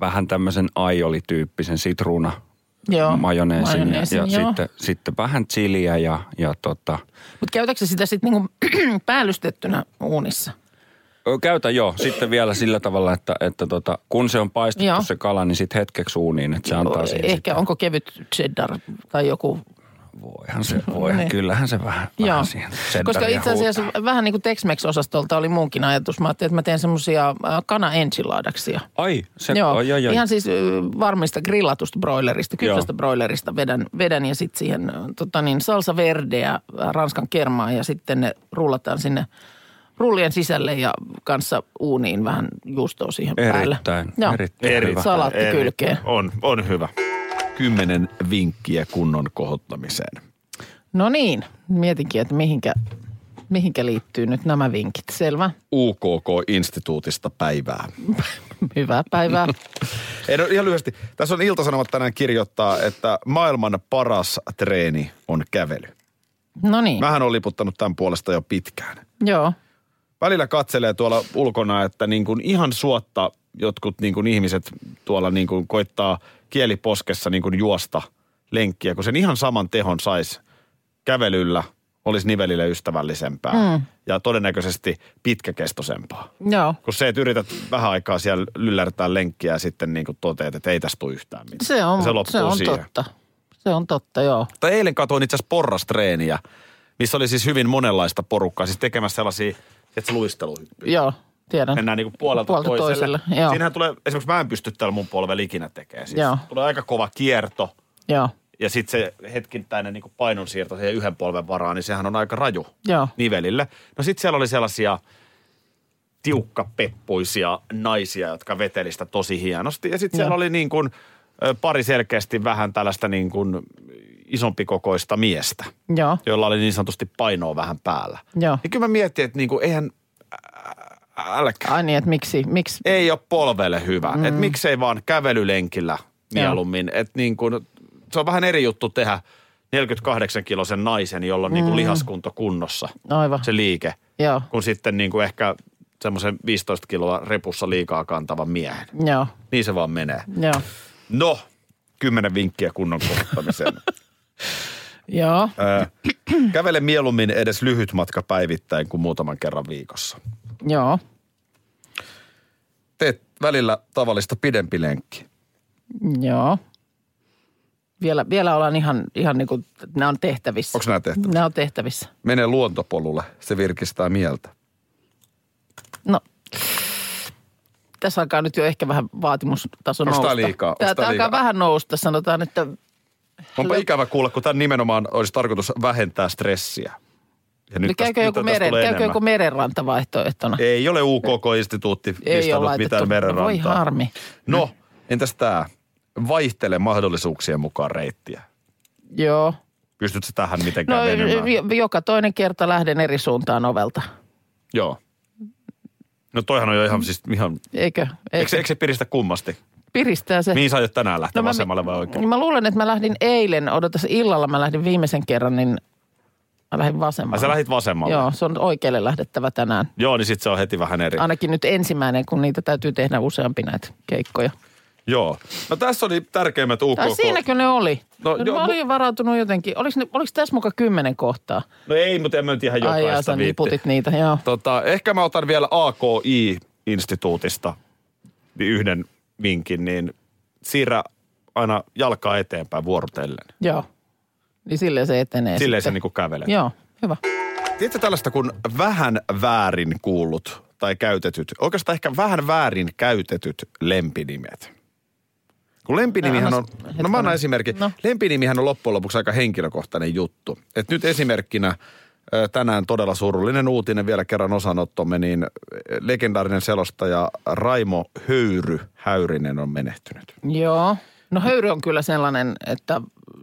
Speaker 4: vähän tämmöisen aioli-tyyppisen sitruuna
Speaker 2: Joo,
Speaker 4: majoneesin,
Speaker 2: majoneesin,
Speaker 4: ja, ja
Speaker 2: joo.
Speaker 4: sitten, sitten, vähän chiliä ja, ja tota,
Speaker 2: Mutta käytätkö sä sitä sitten niinku *clears throat* päällystettynä uunissa?
Speaker 4: Ö, Käytä joo. Sitten vielä sillä tavalla, että, että tota, kun se on paistettu
Speaker 2: Joo.
Speaker 4: se kala, niin sitten hetkeksi uuniin, että se antaa siihen.
Speaker 2: Ehkä
Speaker 4: sitä-
Speaker 2: onko kevyt cheddar tai joku
Speaker 4: Voihan se, voihan.
Speaker 2: Niin.
Speaker 4: Kyllähän se vähän,
Speaker 2: Joo,
Speaker 4: vähän siihen cheddaria
Speaker 2: koska itse asiassa
Speaker 4: huutaa.
Speaker 2: vähän niin kuin Tex-Mex-osastolta oli munkin ajatus. Mä ajattelin, että mä teen äh, semmoisia kana ensilaadaksia.
Speaker 4: Ai, se,
Speaker 2: Joo,
Speaker 4: ai, ai, ai.
Speaker 2: ihan siis ö, varmista grillatusta broilerista,
Speaker 4: Joo.
Speaker 2: kypsästä broilerista vedän, vedän ja sitten siihen ö, tota niin, salsa verdeä, ä, ranskan kermaa ja sitten ne rullataan sinne rullien sisälle ja kanssa uuniin vähän juustoa siihen päälle.
Speaker 4: Erittäin, erittäin
Speaker 3: Eri-
Speaker 4: hyvä.
Speaker 2: Salaatti
Speaker 3: eri-
Speaker 2: kylkeen.
Speaker 3: On, on hyvä. Kymmenen vinkkiä kunnon kohottamiseen.
Speaker 2: No niin, mietinkin, että mihinkä, mihinkä liittyy nyt nämä vinkit. Selvä.
Speaker 3: UKK-instituutista päivää.
Speaker 2: Hyvää
Speaker 3: *laughs*
Speaker 2: päivää.
Speaker 3: Ei, no, ihan lyhyesti. Tässä on Iltasanomat tänään kirjoittaa, että maailman paras treeni on kävely.
Speaker 2: No niin,
Speaker 3: Mähän on liputtanut tämän puolesta jo pitkään.
Speaker 2: joo.
Speaker 3: Välillä katselee tuolla ulkona, että niin kuin ihan suotta jotkut niin kuin ihmiset tuolla niin kuin koittaa kieliposkessa niin kuin juosta lenkkiä, kun sen ihan saman tehon saisi kävelyllä, olisi nivelille ystävällisempää
Speaker 2: Hmm.
Speaker 3: mm. ja todennäköisesti pitkäkestoisempaa.
Speaker 2: Joo.
Speaker 3: Kun se, että yrität vähän aikaa siellä lyllärtää lenkkiä ja sitten niin kuin toteat, että ei tästä tule yhtään mitään.
Speaker 2: Se on,
Speaker 3: Ja
Speaker 2: se
Speaker 3: loppuu
Speaker 2: se on
Speaker 3: siihen.
Speaker 2: totta. Se on totta, joo.
Speaker 3: Tai eilen katoin itse asiassa porrastreeniä, missä oli siis hyvin monenlaista porukkaa, siis tekemässä sellaisia että luisteluhyppyjä.
Speaker 2: Joo, tiedän.
Speaker 3: Mennään niinku puolelta,
Speaker 2: Puolelta
Speaker 3: toiselle.
Speaker 2: toiselle, joo.
Speaker 3: Siinähän tulee, esimerkiksi mä en pysty täällä mun polvella ikinä tekemään. Siis
Speaker 2: Joo.
Speaker 3: Tulee aika kova kierto
Speaker 2: Joo,
Speaker 3: ja sitten se hetkittäinen niinku painonsiirto siihen yhden polven varaan, niin sehän on aika raju
Speaker 2: Joo.
Speaker 3: nivelille. No sitten siellä oli sellaisia tiukkapeppuisia naisia, jotka veteli sitä tosi hienosti. Ja sitten siellä
Speaker 2: Joo.
Speaker 3: oli niin kuin pari selkeästi vähän tällaista niin kuin isompikokoista miestä,
Speaker 2: joo.
Speaker 3: joilla oli niin sanotusti painoa vähän päällä.
Speaker 2: Joo.
Speaker 3: Ja kyllä mä mietin, että niin kuin eihän, ä- älkää
Speaker 2: Ai niin, että miksi, miksi?
Speaker 3: ei ole polvelle hyvä. Mm. Et miksei vaan kävelylenkillä mieluummin. Et niin kun, se on vähän eri juttu tehdä 48-kilosen naisen, jolla on mm. niin kun lihaskunto kunnossa
Speaker 2: Aivan,
Speaker 3: se liike,
Speaker 2: joo,
Speaker 3: kun sitten niin kun ehkä semmoisen 15 kiloa repussa liikaa kantavan miehen.
Speaker 2: joo,
Speaker 3: Niin se vaan menee.
Speaker 2: joo.
Speaker 3: No, kymmenen vinkkiä kunnon kohtamiseen.
Speaker 2: Joo,
Speaker 3: Ö, kävele mieluummin edes lyhyt matka päivittäin kuin muutaman kerran viikossa.
Speaker 2: joo,
Speaker 3: Teet välillä tavallista pidempi lenkki.
Speaker 2: joo. Vielä, vielä ollaan ihan, ihan niin kuin, nämä on tehtävissä.
Speaker 3: Onks nää tehtävissä?
Speaker 2: Nämä on tehtävissä.
Speaker 3: Mene luontopolulle, se virkistää mieltä.
Speaker 2: No, tässä alkaa nyt jo ehkä vähän vaatimustaso
Speaker 3: Onks tää
Speaker 2: nousta.
Speaker 3: liikaa? Onks
Speaker 2: Tää,
Speaker 3: tää
Speaker 2: tää alkaa
Speaker 3: liikaa?
Speaker 2: vähän nousta, sanotaan, että
Speaker 3: Onpa ikävä kuulla, kun tämän nimenomaan olisi tarkoitus vähentää stressiä. Ja
Speaker 2: nyt
Speaker 3: tästä-
Speaker 2: Niin käykö, joku,
Speaker 3: tästä
Speaker 2: meren,
Speaker 3: tulee
Speaker 2: käykö
Speaker 3: enemmän.
Speaker 2: joku merenranta vaihtoehtona?
Speaker 3: Ei ole UKK-instituutti
Speaker 2: Ei ole
Speaker 3: listannut
Speaker 2: laitettu.
Speaker 3: mitään merenrantaa.
Speaker 2: No voi harmi.
Speaker 3: No, entäs tämä? Vaihtele mahdollisuuksien mukaan reittiä.
Speaker 2: Joo.
Speaker 3: Pystytkö sä tähän
Speaker 2: No,
Speaker 3: mitenkään venymään?
Speaker 2: jo- joka toinen kerta lähden eri suuntaan ovelta.
Speaker 3: Joo. No toihan on jo ihan siis ihan...
Speaker 2: Eikö?
Speaker 3: Eikö,
Speaker 2: Eikö?
Speaker 3: se- eikö se piristä kummasti?
Speaker 2: Piristää se. Niin
Speaker 3: Mihin sä aiot tänään lähteä? No, vasemmalle vai oikealle?
Speaker 2: Mä luulen, että mä lähdin eilen, odotas illalla mä lähdin viimeisen kerran, niin mä lähdin
Speaker 3: Ai
Speaker 2: vasemmalle.
Speaker 3: sä lähit vasemmalle?
Speaker 2: Joo, se on oikealle lähdettävä tänään.
Speaker 3: Joo, niin sit se on heti vähän eri.
Speaker 2: Ainakin nyt ensimmäinen, kun niitä täytyy tehdä useampi näitä keikkoja.
Speaker 3: Joo. No tässä oli tärkeimmät UKK.
Speaker 2: Tai siinäkö ne oli?
Speaker 3: No
Speaker 2: No,
Speaker 3: joo,
Speaker 2: joo, mä olin jo varautunut jotenkin. Oliko, ne, oliko tässä muka kymmenen kohtaa?
Speaker 3: No ei, mutta en mä nyt ihan
Speaker 2: Ai jaa,
Speaker 3: jokaista
Speaker 2: sä
Speaker 3: viitti.
Speaker 2: niputit niitä, joo.
Speaker 3: Tota, ehkä mä otan vielä AKI-instituutista yhden vinkin, niin siirrä aina jalkaa eteenpäin vuorotellen.
Speaker 2: Joo. Niin silleen se etenee
Speaker 3: Silleen se
Speaker 2: sitten.
Speaker 3: niinku kävelee.
Speaker 2: Joo, hyvä.
Speaker 3: Tiedätkö tällaista kuin vähän väärin kuullut tai käytetyt, oikeastaan ehkä vähän väärin käytetyt lempinimet? Kun lempinimihän
Speaker 2: No,
Speaker 3: on,
Speaker 2: annas-
Speaker 3: no mä annan
Speaker 2: hetkonen.
Speaker 3: esimerkki. No.
Speaker 2: No.
Speaker 3: Lempinimihän on loppujen lopuksi aika henkilökohtainen juttu. Et nyt esimerkkinä ö, tänään todella surullinen uutinen vielä kerran osanottomme, niin ö, legendaarinen selostaja Raimo Höyry Häyrinen on menehtynyt.
Speaker 2: Joo. No höyry on kyllä sellainen, että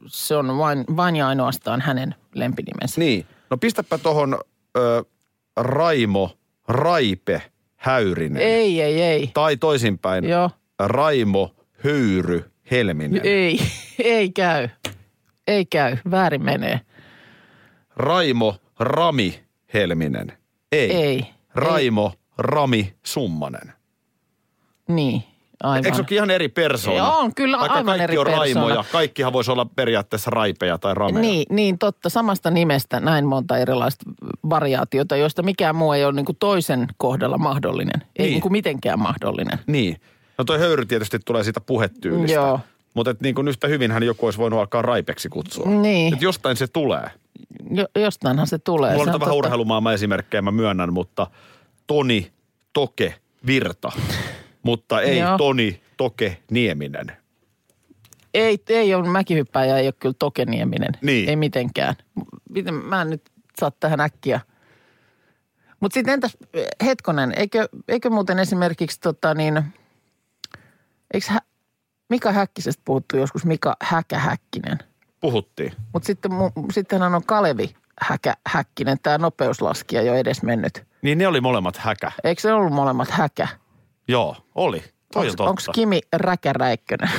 Speaker 2: se on vain, vain ja ainoastaan hänen lempinimensä.
Speaker 3: Niin. No pistäpä tohon ö, Raimo Raipe Häyrinen.
Speaker 2: Ei, ei, ei.
Speaker 3: Tai toisinpäin,
Speaker 2: Joo.
Speaker 3: Raimo Höyry Helminen.
Speaker 2: *laughs* Ei, ei käy. Ei käy. Väärin menee.
Speaker 3: Raimo Rami Helminen. Ei.
Speaker 2: Ei.
Speaker 3: Raimo Rami Summanen.
Speaker 2: Niin, aivan.
Speaker 3: Eikö se olekin ihan eri persoona?
Speaker 2: Joo, on kyllä
Speaker 3: Vaikka
Speaker 2: aivan
Speaker 3: kaikki
Speaker 2: eri
Speaker 3: on raimoja,
Speaker 2: persoona.
Speaker 3: kaikkihan voisi olla periaatteessa raipeja tai rameja.
Speaker 2: Niin, niin, totta. Samasta nimestä näin monta erilaista variaatiota, joista mikään muu ei ole niin kuin toisen kohdalla mahdollinen. Ei
Speaker 3: Niin.
Speaker 2: niin. kuin mitenkään mahdollinen.
Speaker 3: Niin. No toi höyry tietysti tulee siitä puhetyylistä.
Speaker 2: Joo.
Speaker 3: Mutta et niin kuin yhtä hyvinhän joku olisi voinut alkaa raipeksi kutsua.
Speaker 2: Niin.
Speaker 3: Et jostain se tulee.
Speaker 2: Jo, jostainhan se tulee.
Speaker 3: Mulla
Speaker 2: Se
Speaker 3: on
Speaker 2: on
Speaker 3: vähän
Speaker 2: totta.
Speaker 3: urheilumaailman esimerkkejä, mä myönnän, mutta Toni Toke Virta. mutta ei
Speaker 2: Joo.
Speaker 3: Toni Toke Nieminen.
Speaker 2: Ei, ei ole mäkihyppääjä, ei ole kyllä tokenieminen.
Speaker 3: Niin.
Speaker 2: Ei mitenkään. Miten, mä en nyt saa tähän äkkiä. Mutta sitten entäs, eh, hetkonen, eikö, eikö muuten esimerkiksi tota niin, eikö hä, Mika Häkkisestä puhuttu joskus, Mika Häkähäkkinen.
Speaker 3: Puhuttiin.
Speaker 2: Mutta sitten, mu- sittenhän on Kalevi Häkä, Häkkinen, tämä nopeuslaskija jo edes mennyt.
Speaker 3: Niin ne oli molemmat häkä.
Speaker 2: Eikö se ollut molemmat häkä?
Speaker 3: Joo, oli. Toi on totta.
Speaker 2: Onko Kimi Räkäräikkönen?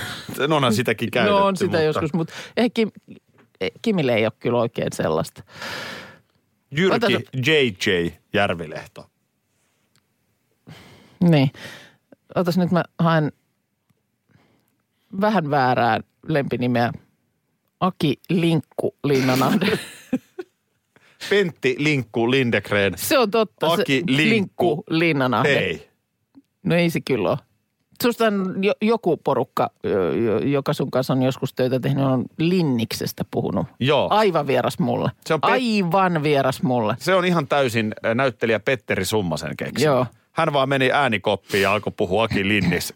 Speaker 3: No onhan sitäkin käytetty.
Speaker 2: no on sitä
Speaker 3: mutta...
Speaker 2: joskus, mutta ei, Kim, ei, Kimille ei ole kyllä oikein sellaista.
Speaker 3: Jyrki
Speaker 2: Otetaan-
Speaker 3: J.J. Järvilehto.
Speaker 2: Niin. Otas nyt mä haen vähän väärää lempinimeä. Aki Linkku Linnanahde. *laughs*
Speaker 3: Pentti Linkku Lindegren.
Speaker 2: Se on totta. se,
Speaker 3: Aki Linkku.
Speaker 2: Linkku Linnanahde.
Speaker 3: Ei.
Speaker 2: No ei se kyllä ole. Susta on jo, joku porukka, jo- jo- joka sun kanssa on joskus töitä tehnyt, on Linniksestä puhunut.
Speaker 3: Joo.
Speaker 2: Aivan vieras mulle.
Speaker 3: Oh. Se on pe-
Speaker 2: Aivan vieras mulle.
Speaker 3: Se on ihan täysin äh, näyttelijä Petteri Summasen keksimä.
Speaker 2: Joo.
Speaker 3: Hän vaan meni äänikoppiin ja alkoi puhua Aki Linnis,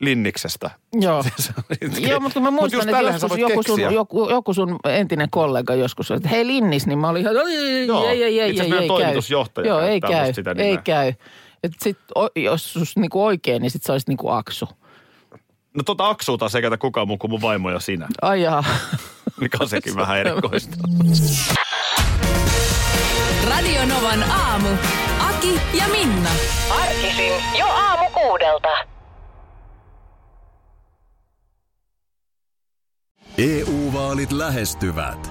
Speaker 3: Linniksestä.
Speaker 2: Joo.
Speaker 3: *laughs* *laughs* Se on-
Speaker 2: Joo, mutta kun mä
Speaker 3: Mut
Speaker 2: muistan,
Speaker 3: just
Speaker 2: että
Speaker 3: tällähän sä
Speaker 2: joskus
Speaker 3: voit
Speaker 2: joku sun,
Speaker 3: keksiä.
Speaker 2: joku, joku sun entinen kollega joskus sanoi, että hei Linnis, niin mä olin ihan, ei, ei,
Speaker 3: Joo.
Speaker 2: ei, ei, ei,
Speaker 3: Itse asiassa
Speaker 2: ei,
Speaker 3: meidän
Speaker 2: ei käy.
Speaker 3: toimitusjohtaja
Speaker 2: Joo, ei
Speaker 3: käyttää
Speaker 2: käy,
Speaker 3: musta sitä
Speaker 2: ei
Speaker 3: nimeä.
Speaker 2: käy. Et sit, o, jos sus niinku oikein, niin sit sä olisit niinku aksu.
Speaker 3: No tota Aksua taas ei käytä kukaan muu kuin mun vaimo ja sinä,
Speaker 2: Ai jaha.
Speaker 3: mikä
Speaker 2: *laughs*
Speaker 3: on sekin vähän erikoista.
Speaker 1: Radio Novan aamu. Aki ja Minna.
Speaker 8: Arkisin jo aamu kuudelta.
Speaker 6: EU-vaalit E lähestyvät.